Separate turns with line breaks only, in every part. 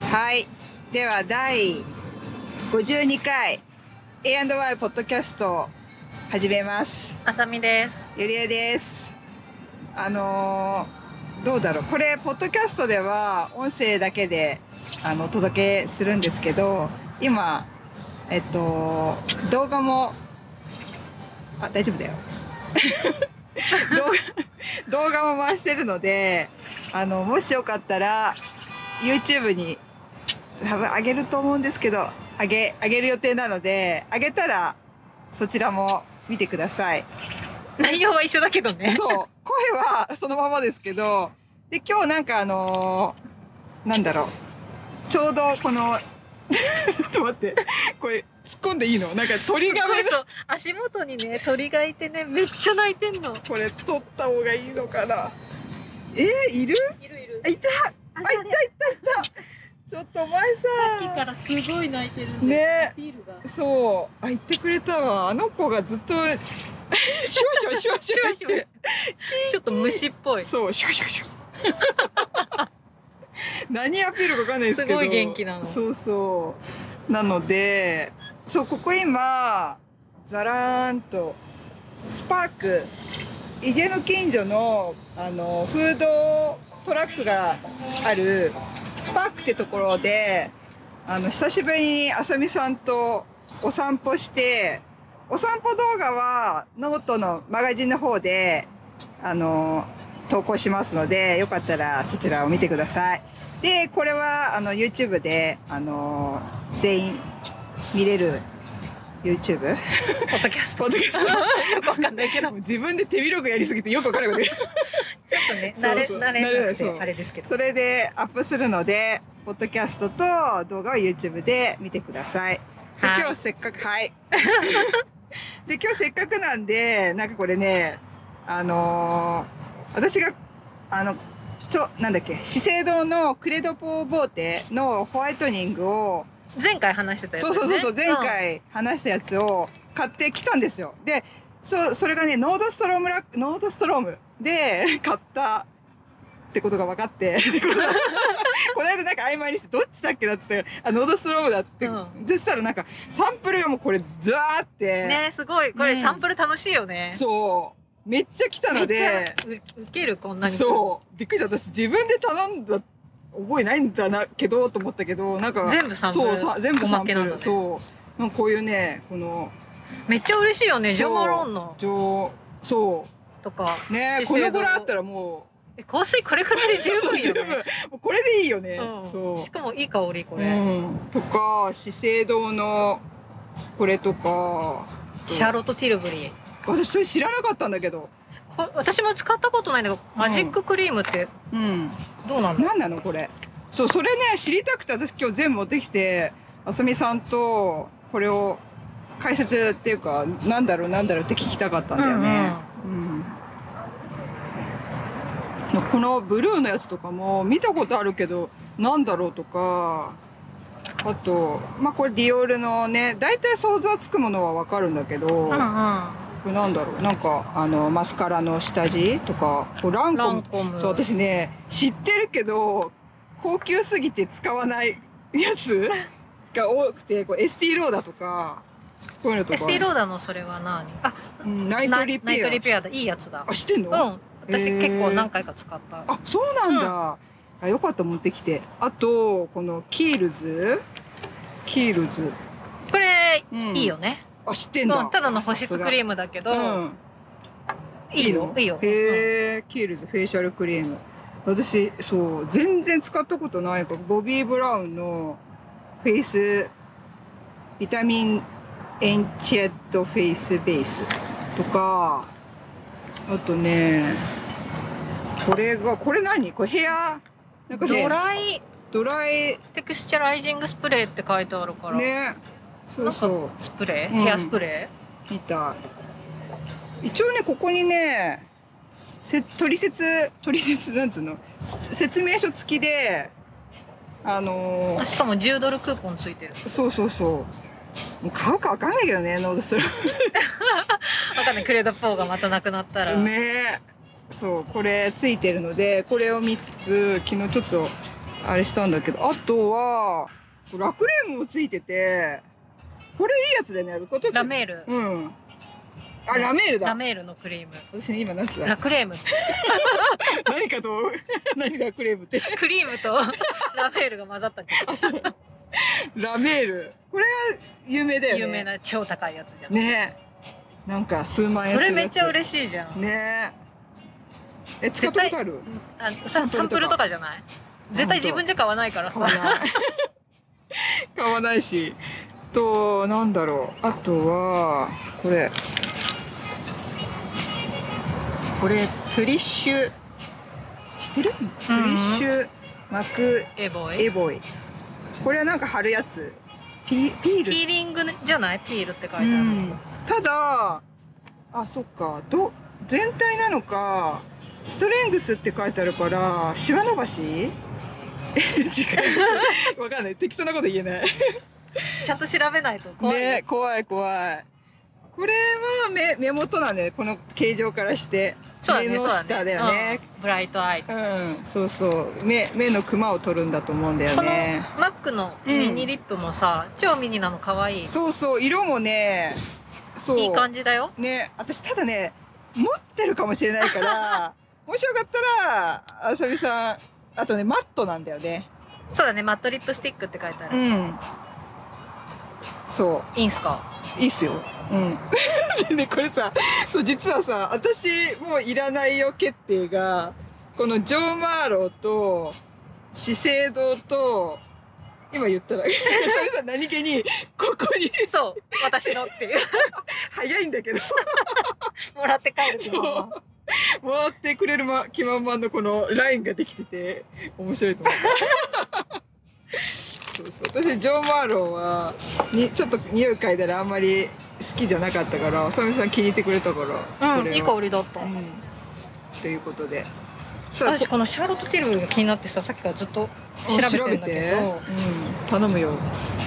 はい。では、第52回 A&Y ポッドキャストを始めます。
あさみです。
ゆりえです。あのーどうだろう。これ、ポッドキャストでは音声だけで、あの、お届けするんですけど、今、えっと、動画も、あ、大丈夫だよ。 動画動画も回してるので、あの、もしよかったら、YouTube に、多分上げると思うんですけど、上げ、上げる予定なので、上げたら、そちらも見てください。
内容は一緒だけどね。
そう声はそのままですけどで今日なんかあのーなんだろうちょうどこの ちょっと待ってこれ突っ込んでいいのなんか鳥が目
すごいそう足元にね鳥がいてねめっちゃ鳴いてんの。
これ取った方がいいのかなえー、いる
いるいる
あいた
あ
あいたいたいたちょっとお前さ
さっきからすごい鳴いてるんで。
ね
ビールが。
そうあ言ってくれたわあの子がず っとシュワシュワシュワシュワって
ちょっと虫っぽい。
そう、シュカシュカシュカ。 何アピールかわかんないですけど。
すごい元気なの
そうそう。なので、そう、ここ今、ザラーンと、スパーク、家の近所の、あの、フードトラックがある、スパークってところで、あの、久しぶりにあさみさんとお散歩して、お散歩動画はノートのマガジンの方で、あの、投稿しますので、よかったらそちらを見てください。で、これは、あの、YouTube で、あの、全員見れる YouTube?
ポッドキャスト。
ポッドキャスト
よくわかんないけど。ちょ
自分で手広くやりすぎてよくわからなくて。
っとね
そう
慣れ
そう
慣れな
慣
く
れないそう
てあれですけ ど。
それでアップするので、ポッドキャストと動画を YouTube で見てください。で
はい
今日せっかく、 はい。で、今日せっかくなんで、なんかこれね、あのー私が、あの、ちょ、なんだっけ、資生堂のクレドポーボーテのホワイトニングを、
前回話してたやつ、
そう
ね。
そうそうそう、前回話したやつを買ってきたんですよ。で、そ、それがね、ノードストロームラ、ノードストロームで 買ったってことが分かって、 この間なんか曖昧にして、どっちだっけだって言ったからあ、ノードストロームだって。
うん
そしたらなんか、サンプルがもうこれ、ザーって、
うん。ねすごいこれ
うん
サンプル楽しいよね。
そう、めっちゃ来た
め
の
っちゃ
で、
受けるこんなに。
そう、びっくりした。私自分で頼んだ覚えないんだな、けど、と思ったけど、なんか、
全部サンプル。
そうさ全部サンプ
おまけなん
ル、
だね
そうなんかこういうねこの
めっちゃ嬉しいよね。ジョマロンの
上そ
とか。
うね
資
こ
生堂
のぐらいあったらも
え香水これくらいで
う
十分よ
そう十
ね
分。もうこれでいいよね、
うん
そ
しかもいい香りこ
う、
れ、
うん、とか資生堂のこれとか
シャーロット・ティルブリー
私それ知らなかったんだけど
こ私も使ったことないんだけど、
うん
マジッククリームって
うん
どうなんだ
何なのこれそうそれね知りたくて私今日全部持ってきてあさみさんとこれを解説っていうかなんだろうなんだろうって聞きたかったんだよね、うん、このブルーのやつとかも見たことあるけどなんだろうとかあとまあこれディオールのね大体想像はつくものはわかるんだけど、
うんうん
これなんだろうなんかあのマスカラの下地とかこうランコ
ラ
ム
ンコム
そう私ね知ってるけど高級すぎて使わない やつが多くてこうエスティローダとかこういうのとか
エスティローダのそれは何あ
うんナイトリペア
ナイトリペアだいいやつだ
あ知ってんの、
うん私
へー
結構何回か使った
あそうなんだ、あよかった持ってきてあとこのキールズキールズ、
これ
うん
いいよね、
あ知って
うんん
だ、
ただの保湿クリームだけど、
うん
いいよいいよ
へえキールズフェイシャルクリーム私そう全然使ったことないからボビー・ブラウンのフェイスビタミンエンチェットフェイスベースとかあとねこれがこれ何これヘアなんかね
ドライ
ドライ
テクスチャライジングスプレーって書いてあるから、
ねそうそ
スプレー、
うん
ヘアスプレ
うみたい一応ねここにねせ取説取説なんつうのせ説明書付きであの
ーあ
ー
しかも10ドルクーポンついてる
そうそうそうもう買うかわかんないけどねノードストロ
わかんないクレダポーがまたなくなったら、
ームねそうこれついてるのでこれを見つつ昨日ちょっとあれしたんだけどあとはラクレームもついててこれいいやつだよねこれ
ラメール。
うんあラメール
ラ
だ
メールのクリーム。
私ね今何つだ
ラクレーム。
何かと思う 何ラクレームって
クリームと ラメールが混ざったけ
あそうラメールこれは有名だよ
ど
ね
有名な超高いやつじゃん。
ねなんか数万円
そ
する
れ
やつ
めっちゃ嬉しいじゃん。
ねええ使ったことある
あさサンプルとかじゃない絶対自分じゃ買わないから
買わ
さ。
ない 買わないしとなんだろうあとはこれこれトゥリッシュ知ってる、トゥリッシュマク
エボイ
エ。ボイこれはなんか貼るやつピピール
ピーリングじゃないピールって書いてあ
う
る。
ん、ただあそっかど全体なのかストレングスって書いてあるからシワ伸ばし え違 うわかんない適当なこと言えない
ちゃんと調べないと怖い
ね
です。
怖い怖いこれは目目元なんだよねこの形状からして
そうだね。
目
そう
の
だね
下だよね
うんブライトアイ。
うんそうそう目目のクマを取るんだと思うんだよね
マックのミニリップもさ、超ミニなの可愛い。
そうそう色もねそう
いい感じだよ。
ね私ただね持ってるかもしれないから もしよかったらあさみさんあとねマットなんだよね
そうだね。マットリップスティックって書いてあ
う
る。
んそ
いいんすか
ういいっすようん でねこれさそう実はさ私もういらないよ決定がこのジョー・マーローと資生堂と今言ったら さみさん何気にここに
そう。私のっていう。
早いんだけど
もらって帰るけ
そ
ど。
う。回ってくれるま、気満々のこのラインができてて、面白いと思った。そうそう、私ジョーマーローは、に、ちょっと匂い嗅いだら、あんまり好きじゃなかったから、浅見さん気に入ってくれたから。
うん、
これを
2個。売りだった。
うん。ということで。さあ
私このシャーロット・テルブルが気になってささっきからずっと調べてんだけ
うん
ど、
頼むよ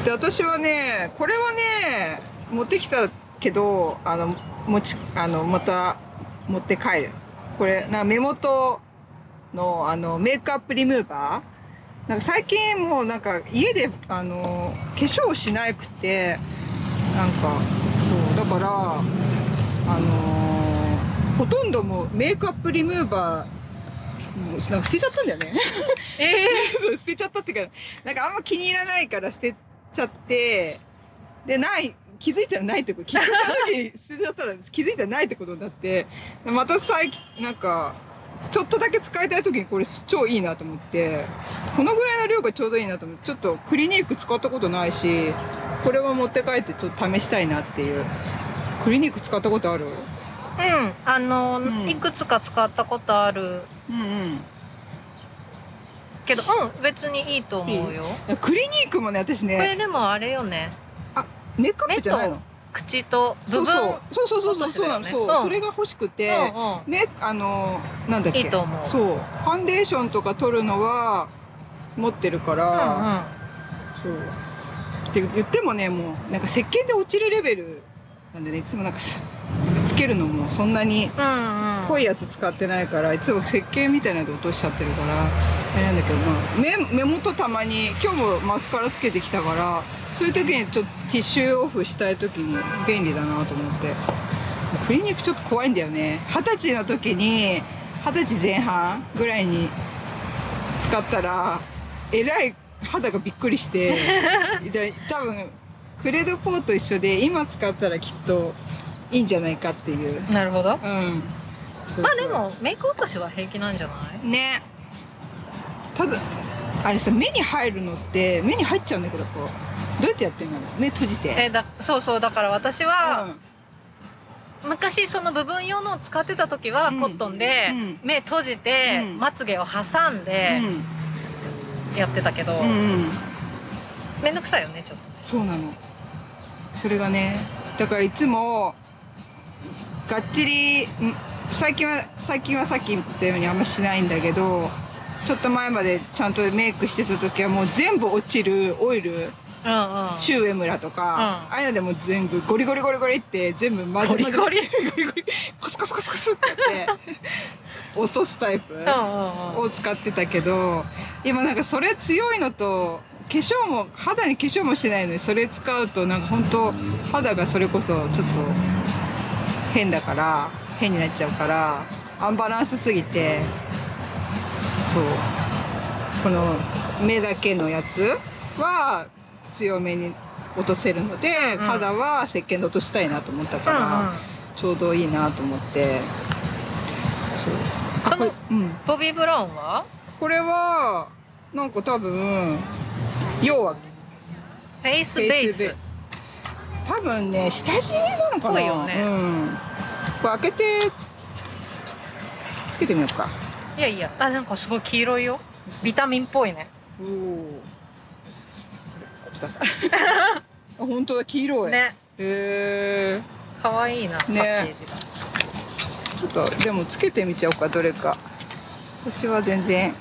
で私はねこれはね持ってきたけどあの持ちあのまた持って帰るこれなんか目元のあのメイクアップリムーバーなんか最近もうなんか家であの化粧をしなくてなんかそうだからあのほとんどもうメイクアップリムーバーもうなんか捨てちゃったんだよね
ええ
そう捨てちゃったっていうかなんかあんま気に入らないから捨てちゃってでない気づいたらないってこと結婚した 時に捨てちゃったら気づいたらないってことになってでまた最近なんかちょっとだけ使いたい時にこれ超いいなと思ってこのぐらいの量がちょうどいいなと思ってちょっとクリニーク使ったことないしこれは持って帰ってちょっと試したいなっていうクリニーク使ったことある
うんあの、
うん
いくつか使ったことある
うん
けどうん別にいいと思うよ
うんクリニークもね私
これ
ね
でもあれよね
メイクアップじゃないの
口と
そ
部
う
分
そうそうそうそうそうなの、
落とし
そう、
てたよねうん
それが欲しく
う
て、
んうん
ねあのなんだっけ
いいと思うう、
そうファンデーションとか取るのは持ってるか
んうん、
ら、
あ
そうって言ってもねもうなんか石鹸で落ちるレベルなんでねいつもなんかさつけるのもそんなに
うんうん
濃いやつ使ってないからいつも石鹸みたいなので落としちゃってるからあれなんだけどまあ目目元たまに今日もマスカラつけてきたからそういう時にちょっとティッシュオフしたい時に便利だなと思ってクリニックちょっと怖いんだよね二十歳の時に二十歳前半ぐらいに使ったらえらい肌がびっくりして で多分クレドポーと一緒で今使ったらきっといいんじゃないかっていう
なるほど
うん。そうそう
まあでもメイク落としは平気なんじゃない
ね。ただあれさ目に入るのって目に入っちゃうんだけどこうどうやってやってんの？目閉じて。
えだそうそうだから私
う
は、
ん
昔その部分用のを使ってた時は、
うん
コットンで、
うん
目閉じて、
うん
まつげを挟んで、やってたけど、
うんうんうん
めんどくさいよねちょっと
そうなの。それがねだからいつもがっちりん最近は最近はさっき言ったようにあんましないんだけどちょっと前までちゃんとメイクしてた時はもう全部落ちるオイル
うんうん。
周江村とか、
うん
ああいうのでも全部ゴリゴリゴリゴリって全部混ぜ
ゴ
混ぜ
リゴリ。うん
ゴリゴリコスコスコスコスってやって 落とすタイプ
うんうん。
を使ってたけど今なんかそれ強いのと化粧も肌に化粧もしてないのにそれ使うとなんか本当肌がそれこそちょっと変だから変になっちゃうからアンバランスすぎてそうこの目だけのやつは強めに落とせるので、
うん
肌は石鹸で落としたいなと思ったから。ちょうどいいなと思ってそう
この
うん
ボビー・ブラウンは
これはなんか多分要は
フェイスベー
フェイ
ス
ス。多分ね下地なのか
ぽ
ない
よね
うん、これ開けてつけてみようか
いやいや、あ、なんかすごい黄色いよ。ビタミンっぽいね。
おおちょ っと待ってあ本当だ黄色い
ね。
へえ
可愛いな、パッケ
ね
ージが。
ちょっとでもつけてみちゃおうかどれか私は全然
こ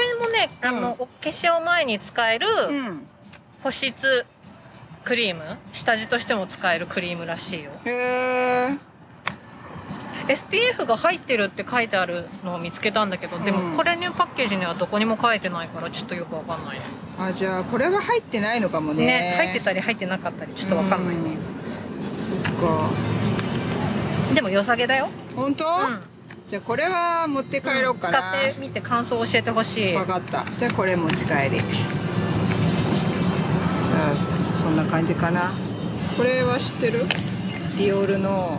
れもね、あの、お化粧前に使える
ん
保湿クリーム、下地としても使えるクリームらしいよ。
へえ
SPF が入ってるって書いてあるのを見つけたんだけど、で
うん
もこれのパッケージにはどこにも書いてないからちょっとよくわかんないね。
あじゃあこれは入ってないのかもね
ね入ってたり入ってなかったりちょっとわかんないね。
うんそっか
でも良さげだよ。
本当、
うん。
じゃあこれは持って帰ろうかな、
使ってみて感想を教えてほしい。
分かったじゃあこれ持ち帰りじゃあそんな感じかなこれは知ってるディオールの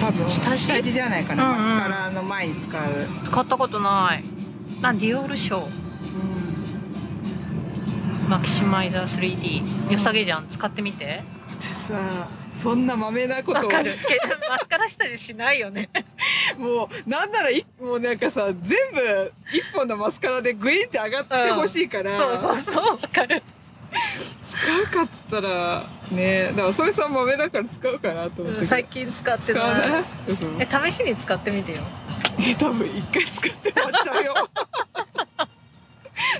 多分
下地
地じゃないかな、
うんうん
マスカラの前に使う、
買ったことない。なんディオールショー。マキシマイザー 3D 良さげじゃん使ってみて
でさそんなまめなこ
わ
とを
かる けどマスカラ下地しないよね
もうなんならいもうなんかさ全部一本のマスカラでグインって上がってほしいから、
そうそうそうわかる
使うかっつったらねだからそれさん豆だから使うかなと思って
最近使って
使わ
ない
ない
え試しに使ってみてよ
え多分一回使って終わっちゃうよ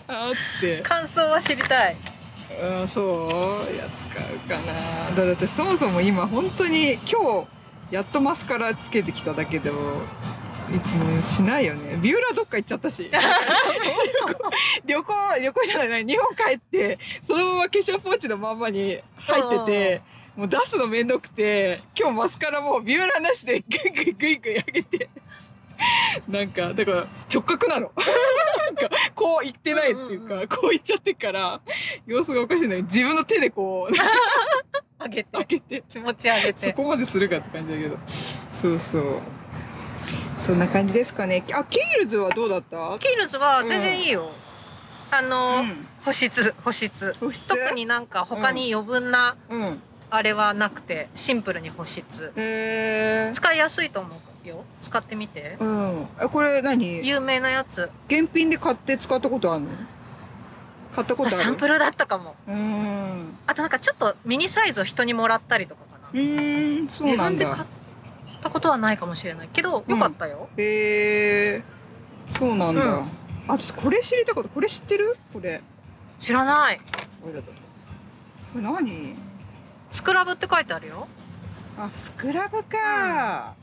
あーっつって
感想は知りたい
うんそういや使うかなだだってそもそも今本当に今日やっとマスカラつけてきただけでもいもうしないよねビューラーどっか行っちゃった し旅行旅行じゃないな日本帰ってそのまま化粧ポーチのまんまに入っててもう出すのめんどくて今日マスカラもうビューラーなしでグイグイグイグイ上げてなんかだから直角な のなんかこう行ってないっていうか、
うんうん
こう行っちゃってから様子がおかしいのに自分の手でこう
あげて
開けて
気持ち上げ
そ
て
こまでするかって感じだけどそうそうそんな感じですかねあケールズはどうだった
キールズは全然いいよ、あの、
うん
保湿保湿
保湿
特になんか他に余分な
うん
あれはなくてシンプルに保湿
へえ
使いやすいと思うよ使ってみて
うんえこれ何
有名なやつ
現品で買って使ったことあるの買ったこ
あ
とある
サンプルだったかも
うん
あとなんかちょっとミニサイズを人にもらったりとかかな
う。ーんそう
自
な
分
ん
で買っ
だ
たことはないかもしれないけど、
うん
よかったよ。
へえそうなんだ、
うん
あ私これ知りたかったこれ知ってるこれ
知らない。
これだったこれ何
スクラブって書いてあるよ。
あスクラブか、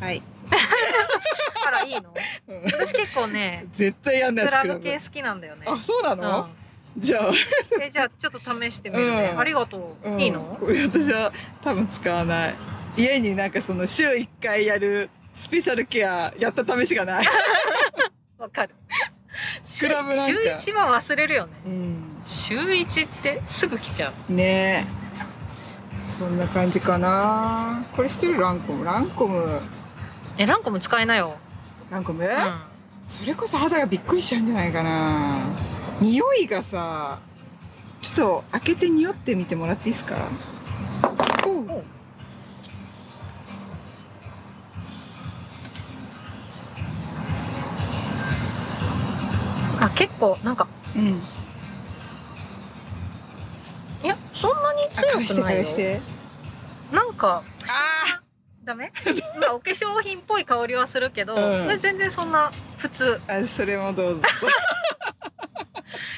はい、
だからいい の。私結構ね、
絶対やん
ス
ない
ク
ス
ラ
クラ
ブ
ブ
系好きなんだよね。
あそうなの、
う
じゃあ、
ん、えじゃあちょっと試してみるね。
うん
ありがとう。
うん
いいの
これ私は多分使わない家になんかその週1回やるスペシャルケアやった試しが ない
わかる。
スクラブなんか
週週一は忘れるよね。
うん
週一ってすぐ来ちゃう。
ねえそんな感じかなこれしてるランコムランコム
え、ランコも使えなよ。
ランコム、
うん。
それこそ肌がびっくりしちゃうんじゃないかな匂いがさちょっと開けて匂ってみてもらっていいですかおう
おうあ、結構なんか
うん
いや、そんなに
あ返し
強
て
くない
返
よ。
して
なんか、
あ
ダメまあ、お化粧品っぽい香りはするけど、
うん
全然そんな普通。
あそれもどうぞ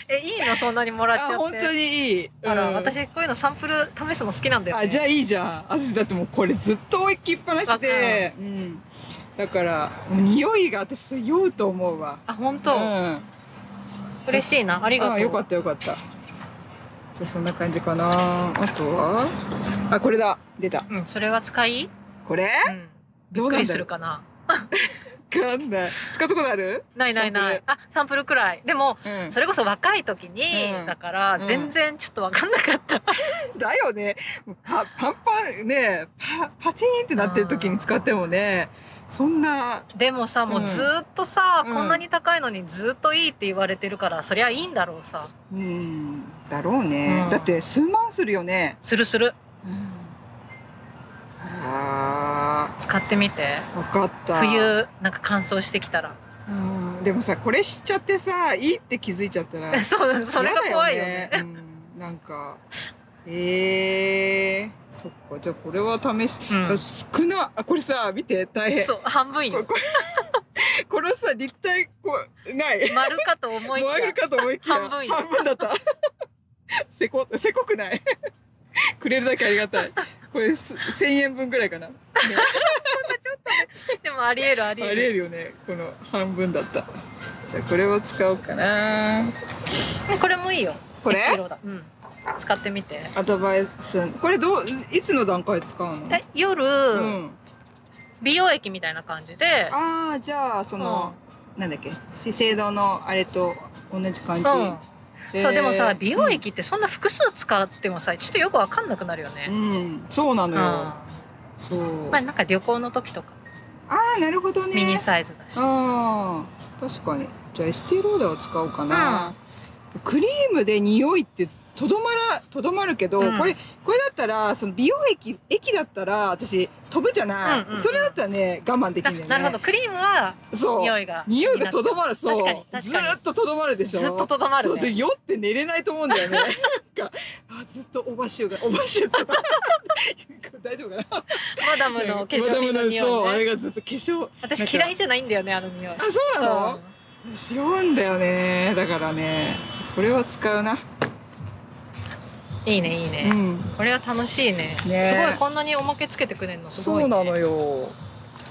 えいいのそんなにもらっちゃって
あ本当にいい、
あら、
うん
私こういうのサンプル試すの好きなんだよ、ね、
あじゃあいいじゃん私だってもうこれずっと置きっぱなしで、うん、だから匂いが私酔うと思うわ
あ本当、
ん、
嬉しいなありがとう
あよかったよかったじゃあそんな感じかなあとはあこれだ出た
うんそれは使い
これ
うんび
どう
っく
なん
り
だろ
する
う
かな
わかんない使ったことある
ないないな
サ
いあサンプルくらいでも
うん
それこそ若い時に、
うん
だから
うん
全然ちょっと分かんなかった、
だよねパパンパンねパパチンってなってる時に使ってもねそんな
でもさもううんずーっとさ、
うん
こんなに高いのにずーっといいって言われてるからそりゃいいんだろうさ
うんだろうね、
うん
だって数万するよね、
するする
あ
使ってみて
あ分かった
冬なんか乾燥してきたら
うんでもさこれ知っちゃってさいいって気づいちゃったら
そう それが怖いよね
嫌だよねうん、なんかえー、そっかじゃあこれは試し、
うん
少なあこれさ見て大変
そう半分
こ
よ
これこのさ立体こうない
丸かと思いきや
燃えるかと思いきや
半分よ
だった せこせこくない くれるだけありがたいこれす1000円分ぐらいかな、ね
でもありえるあり
あ
え
りえ
る
るよねこの半分だったじゃあこれを使おうかな
うんこれもいいよ
これ
1キロだうん使ってみて
アドバイスこれどういつの段階で使うの
え夜、
うん、
美容液みたいな感じで
ああじゃあその、なんだっけ資生堂のあれと同じ感じ、
うん
へー
そうでもさ美容液ってそんな複数使ってもさちょっとよくわかんなくなるよ
う
ね、
ん、そうな
う
の
ん
よ、
ま
そう
あなんか旅行の時とか
ああなるほどね
ミニサイズだし、
ああ確かにじゃあエステローダーを使おうかな、クリームで匂いってとどまらとどまるけど、
うん
これこれだったらその美容液液だったら私飛ぶじゃない、
うんうんうん
それだったらね我慢でき
な
るんだよね
なるほどクリームは
そう
匂いが
匂いがとどまるそう
確かに確かに
ずーっととどまるでし
ず
ょ
っととどまる、
そうで
ね、
酔って寝れないと思うん だよねなんかあずっとオバシュがオバシュって 大丈夫かな
マダムの化粧品の
そう
匂
あ
い、ね、
れがずっと化粧なん
私
か
嫌いじゃないんだよねあの匂い
あそうなの、私酔うんだよねだからねこれは使うな、
うんいいねいいね、
ん
これは楽しいね
ね
すごいこんなにおまけつけてくれるのす
そ
ごい、
うなのよ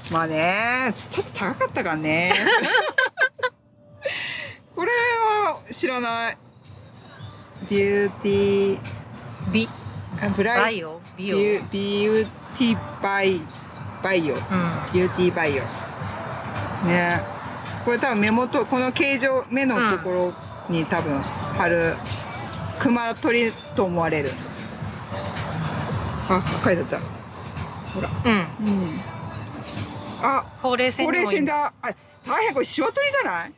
まあねちょっと高かったから ねこれは知らないビューティー
ビ
あブラ
バ
イ
イオ
ビ
ビオ、うん、
ュービューティーバイバイオビューティーバイオねこれ多分目元この形状目のところに多分貼るクマ取りと思われるあ書いてあった
うん、
うんあ
ほうれい線
ほ
に
う
もい
れ
い
い線だあ大変これシワ取りじゃない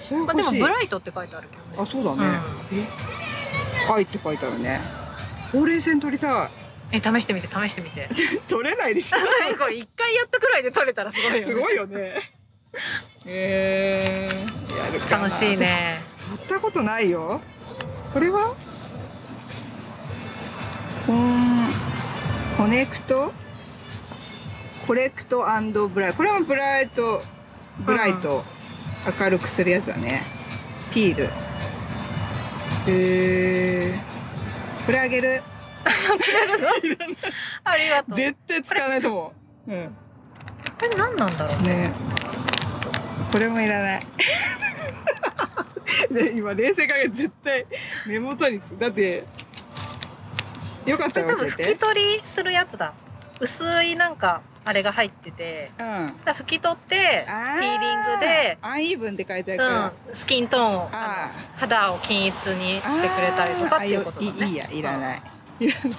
それ
ま
欲
あ、でも
しい、
ブライトって書いてあるけどね
あそうだね、え愛って書いてあるねほうれい線取りた
え試してみて試してみて
い取れないでしょ
これ一回やったくらいで取れたらすごいよね
すごいよね。えー、やるかな
楽し い。ね
やったことないよ。これはコンコネクトコレクトブライト。これもブライト、ブライト、明るくするやつだね。ピール。えー、これあげる。
ありがとう
絶対使わないと思う。うん。
これ何なんだろうね
ねこれもいらない。 ね、今冷静かけ絶対目元につだってよかっ
こ
た
れ
ら
多
忘
分
れ
拭き
て。
取りするやつだ薄いなんかあれが入ってて
うん。あ
だから拭き取ってピ
ー
ーリングで
アンイーブンって書いてあるから。
うん、スキントーンをあ
あ
の肌を均一にしてくれたりとかっていうことだ
あーあよいいい
ね
やいらない。いらない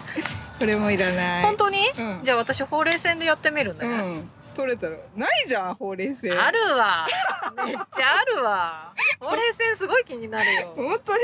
これもいらない。
本当に、
うん。
じゃあ私ほうれい線でやってみるね、
うん。取れたらないじゃんほうれい線。
あるわめっちゃあるわほうれい線すごい気になるよ
本当に。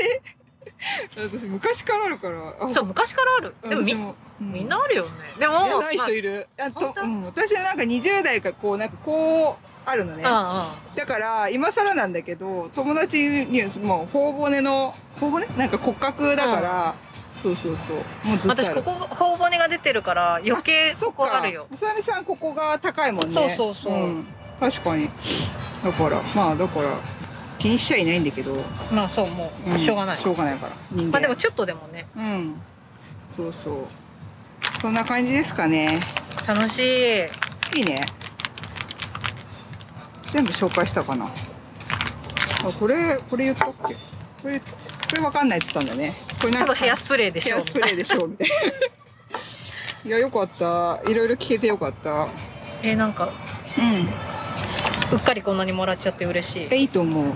私昔からあるから。あ
そう昔からあるでもみ
私もうん
みんなあるよねでも
いやない人いる。あと
本、当
うん、私はなんか20代がこう、なんかこう、あるのね。
ま
だから、今更なんだけど、友達に、もう、頬骨の、頬骨なんか骨格だから、そうそうそう。もう
あうん
ずっとあ
私
る。
ここ頬骨が出てるから余計
そ
こ
っか
こあるよ
まさみさん、ここが高いもんね。
そうそうそうん
確かに。だから、まあ、だから、気にしちゃいないんだけど、
まあそうも
う
うんしょうがない、
しょうがないから人間
まあでもちょっとでもね
うんそうそうそんな感じですかね
楽しい
いいね全部紹介したかなあこれこれ言ったっけこれこれわかんないって言ったんだねこれな
多
んか
分ヘアスプレーでし
ヘ
ょう
アスプレーでしょみたいな いやよかったいろいろ聞けてよかったうん
えーなんかうっかりこんなにもらっちゃって嬉しい
えいいと思う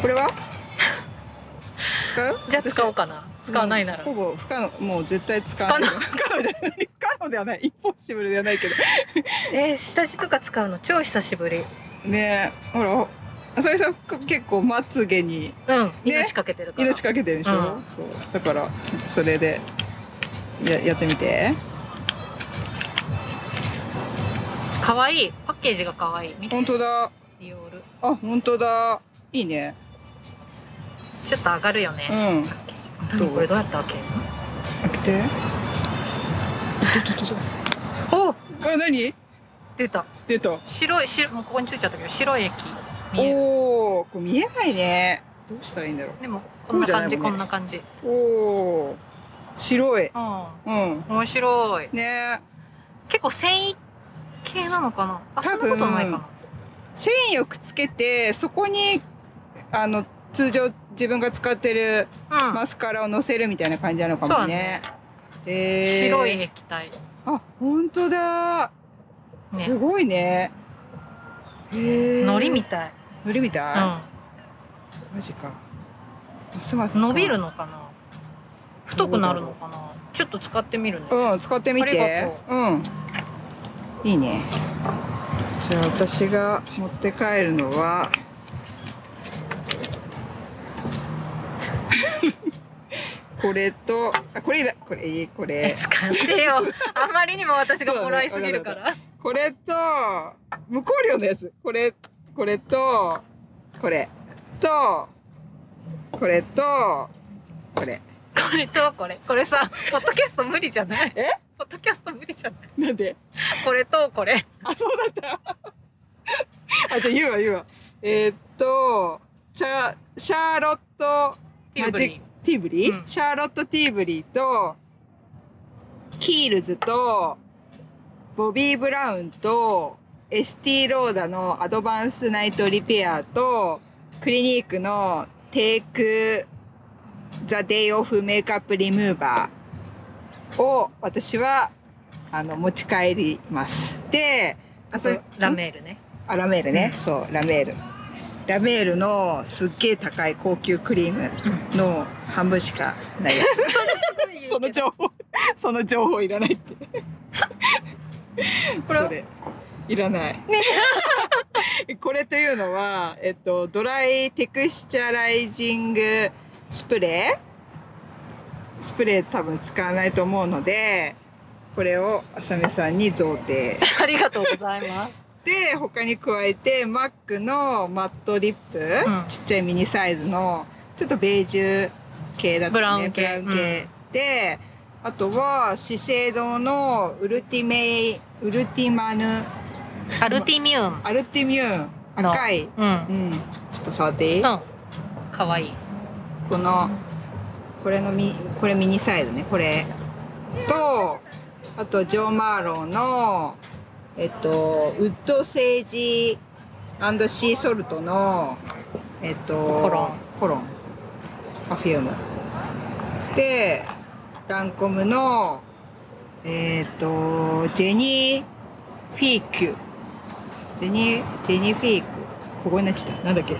これは使う
じゃあ使お
私
うかな使わないなら、
うんほぼ不可能もう絶対使わない 不可能ではない不可能ではないイ ンポッシブルではないけど
えー下地とか使うの超久しぶり
ねえほら浅井さん結構まつげに
うん命かけてるから、
命かけてるでしょ、
うん
そうだからそれでややってみて
かわいいパッケージがかわいい見て
本当だあ
ディオール
本当だいいね
ちょっと上がるよ
う
ね、
んど
何
う
これどうやって開ける
開けて出た出た
のお
あ何
出た
出た
白い白もうここについちゃったけど白い液見える
おおこれ見えないねどうしたらいいんだろ
でもこんな感じ
こ
こ
うじ
ん
ゃな
な感じ
うおお白い
うん
うん
面白い
ねえ
結構繊維系なのかなあそ
多
ん
分
なことないか
繊維をくっつけてそこにあの通常自分が使ってる
なうん、
マスカラをのせるみたいな感じなのかもね。えー
白い液体
あ、本当だ。
ね
すごいね。えー、
海苔みたい、
海苔みたい。
う
マジか。ますます
ん、
か
伸びる。のかな太くなるのかなちょっと使ってみるね
うん、使ってみ
ありが
て。うん。いいね。じゃあ私が持って帰るのは。 これと、あ、これだ、これ、こ
え
れ。
使って よあまりにも私がもらいすぎるから、
これと、無香料のやつ。これ、これと、これと、これと、これ。
これとこれこれさポッドキャスト無理じゃない
え
ポッドキャスト無理じゃない
なんで
これとこれ
あ、そうだ った。あ、じゃあ言うわ言うわ。えーっと、チャ、シャーロット・
ティーブリ
ティーブリー、
うん
シャーロット・ティーブリーと、キールズと、ボビー・ブラウンと、エスティローダのアドバンスナイトリペアと、クリニークのテイク・ザ・デイ・オフ・メイクアップ・リムーバーを私はあの持ち帰ります。で、あ
ーラ
ん
メールね
あラメールね、
うん
そうラメールラメールのすっげえ高い高級クリームの半分しかないやつその情報 その情報いらないって
これは
それいらない これというのは、えっと、ドライテクスチャライジングスプレースプレー多分使わないと思うのでこれを浅見さんに贈呈
ありがとうございます。
で他に加えてマックのマットリップ、
ん
ちっちゃいミニサイズのちょっとベージュ系だったね
ブラウン系
系であとは資生堂のウルティメイウルティマヌ
アルティミウム。
アルティミューン赤い、
うん
う。ん、ちょっと触っていい、
うん。かわいい。
このこれのミこれミニサイズねこれとあとジョー・マーローのえっとウッドセージシーソルトのえっと
コロン
コロンパフュームでランコムのえっとジェニー・フィークジェニージェニー・フィークここになっちゃったなんだっけ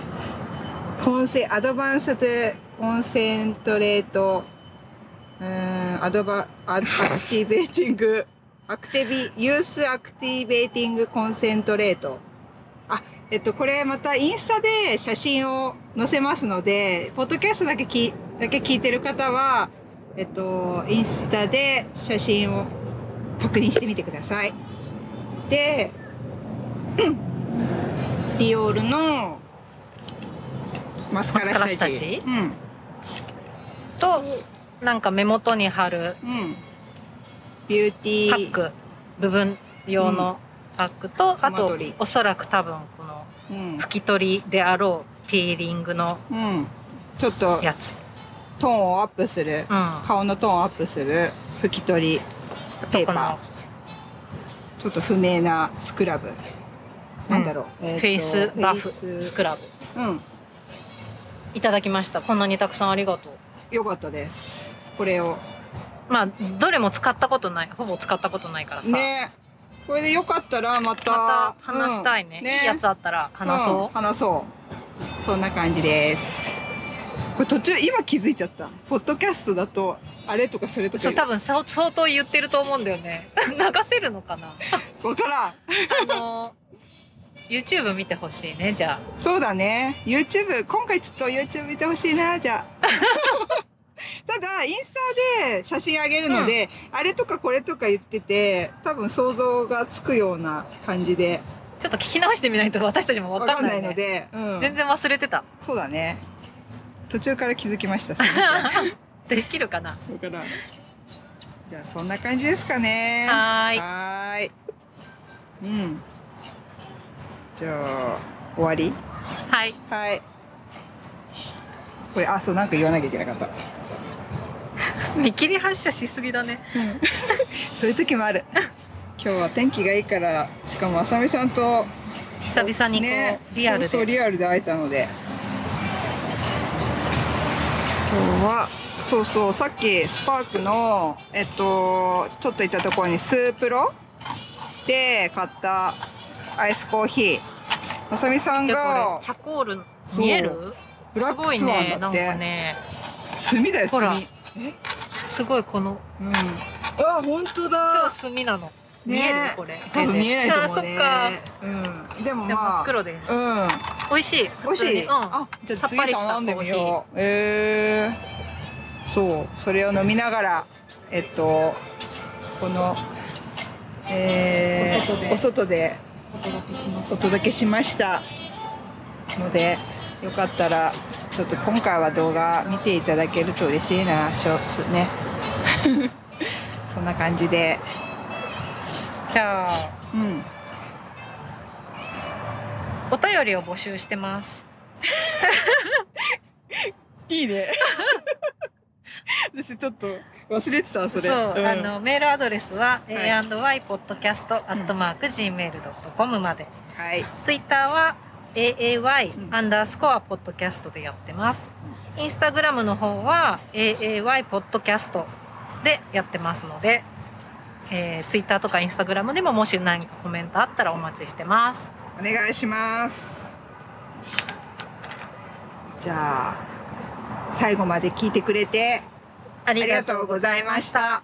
コンセアドバンスでコンセントレートうーんアドバアアクティベーティン グアクティビユースアクティベーティングコンセントレートあえっとこれまたインスタで写真を載せますのでポッドキャストだけきだけ聞いてる方はえっとインスタで写真を確認してみてください でうんディオールのマスカラ
マス
下
カラ
地
下地
うん
と、なんか目元に貼る
うん、ビューティー
パック、部分用のパック
ん
と、あ
コマ
と
撮り、
おそらく多分この
うん、
拭き取りであろうピーリングの
うん。ちょっと
やつ。
トーンをアップする。
うん。
顔のトーンをアップする。拭き取り。ペー
こ
パー。
の
ちょっと不明なスクラブ。なんだろう。えー
フ
と
ェイスバフ
フェイ
ス
ス
クラブ。
うん。
いただきました。こんなにたくさんありがとう。
よかったです。これを。
まあ、どれも使ったことない、ほぼ使ったことないからさ。
ね。これでよかったらまた。
また話したいね,、
うんね
いいやつあったら話そ
ん
う。
話そうそんな感じですこれ途中今気づいちゃったポッドキャストだとあれとかそれと
そ
か
う多分相相当言ってると思うんだよね 流せるのかな
分からん
あの YouTube 見てほしいねじゃ
そうだね YouTube 今回ちょっと YouTube 見てほしいなじゃ あただインスタで写真あげるので、あれとかこれとか言ってて多分想像がつくような感じで
あちょっと聞き直してみないと私たちも
わ
分
か
か
ん
ん
な
ないい,、ね、
ので、うん
全然忘れ てた
そうだね途中から気づきましたすいません
できるかな
だからじゃあそんな感じですかね
はーい
はーいうんじゃあ終わり
はい
はいこれあそうなんか言わなきゃいけなかった、
見切り発車しすぎだね
そういう時もある今日は天気がいいからしかもあさみさんと
久々にこう、
ね
リアルで
そうそうリアルで会えたので今日はそうそうさっきスパークのえっとちょっと行ったところにスープロで買ったアイスコーヒーまさみさん
でこ
が
れチャコール
そう
見える
ブラック
すごい
スワ
ね
ンだ
なん
っ
か
て、
ね
炭だよ
ほら
炭え
すごいこの
うんあ本当
超
だ
墨なの、
ね
見えるこれ
多分見えないと思う
手
ね
であ
うん、でも
そっかじゃあ真
ま
っ黒です
あうん
美味しい
美味し
普通
い、
にうん
あじゃあ
さっぱ
次
りした
頼んでみようえー、そうそれを飲みながらえっとこのえ
お外で
ー、お外で
お届けしま
お届けしましたのでよかったらちょっと今回は動画見ていただけると嬉しいなショーツ ねそんな感じで
じゃあ
うん
お便りを募集してます
いいね私ちょっと忘れてたそれ
う、あのメールアドレスは、
い
a&ypodcast.gmail.com まで、
はい
ツイッターは
う
aay
ん
アンダースコアポッドキャストでやってます、インスタグラムの方は aay ポッドキャストでやってますので、えー、ツイッターとかインスタグラムでももし何かコメントあったらお待ちしてます
お願いしますじゃあ最後まで聞いてくれて
あ
ありがとうございました